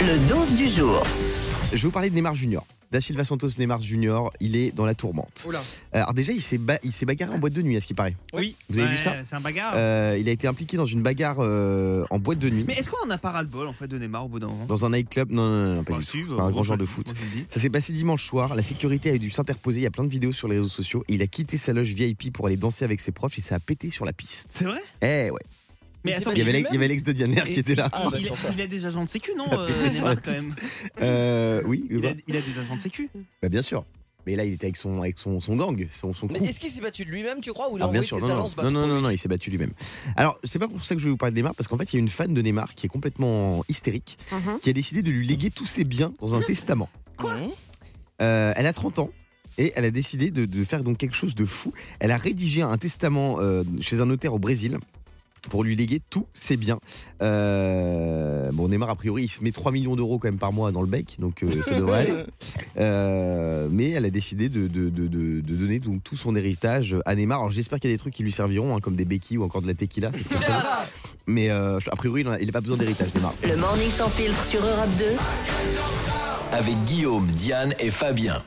Le dose du jour. Je vais vous parler de Neymar Junior. Da Silva Santos Neymar Junior, il est dans la tourmente. Oula. Alors déjà, il s'est ba- il s'est bagarré en boîte de nuit, à ce qui paraît. Oui. Vous avez Ouais, vu ça C'est un bagarre. Euh, il a été impliqué dans une bagarre euh, en boîte de nuit, Mais est-ce qu'on en a pas ras le bol en fait de Neymar au bout d'un moment dans un nightclub. Non, non, non, non, pas Bah, du si, tout. bah, C'est un moi, grand je- genre de foot. moi, je le dis. Ça s'est passé dimanche soir. La sécurité a dû s'interposer. Il y a plein de vidéos sur les réseaux sociaux. Et il a quitté sa loge VIP pour aller danser avec ses proches et ça a pété sur la piste. C'est vrai Eh ouais. Ah, Mais c'est attends, Il y pas avait lui-même l'ex- il y avait l'ex de Dianer Et- qui était là. Ah, bah, il, sur ça. il a des agents de sécu, non Ça a euh, pété sur la Neymar, quand même. Euh, oui, Il a, bah, il a des agents de sécu. bah, bien sûr. Mais là, il était avec son, avec son, son gang, son, son Mais crew. est-ce qu'il s'est battu de lui-même, tu crois, ou il a Ah, bien envoyé sûr, ses bah, non, non, agences non, non, non, non, il s'est battu lui-même. Alors, c'est pas pour ça que je vais vous parler de Neymar, parce qu'en fait, il y a une fan de Neymar qui est complètement hystérique, Uh-huh. qui a décidé de lui léguer tous ses biens dans un testament. Quoi Euh, elle a 30 ans. Et elle a décidé de, de faire donc quelque chose de fou. Elle a rédigé un testament euh, chez un notaire au Brésil pour lui léguer tous ses biens. Euh, bon, Neymar, a priori, il se met 3 millions d'euros quand même par mois dans le bec, donc euh, ça devrait aller. Euh, mais elle a décidé de, de- de- de- de donner donc tout son héritage à Neymar. Alors j'espère qu'il y a des trucs qui lui serviront, hein, comme des béquilles ou encore de la tequila. ça serait cool. Mais euh, a priori, il en a- il n'a pas besoin d'héritage, Neymar. Le morning sans filtre sur Europe 2. Avec Guillaume, Diane et Fabien.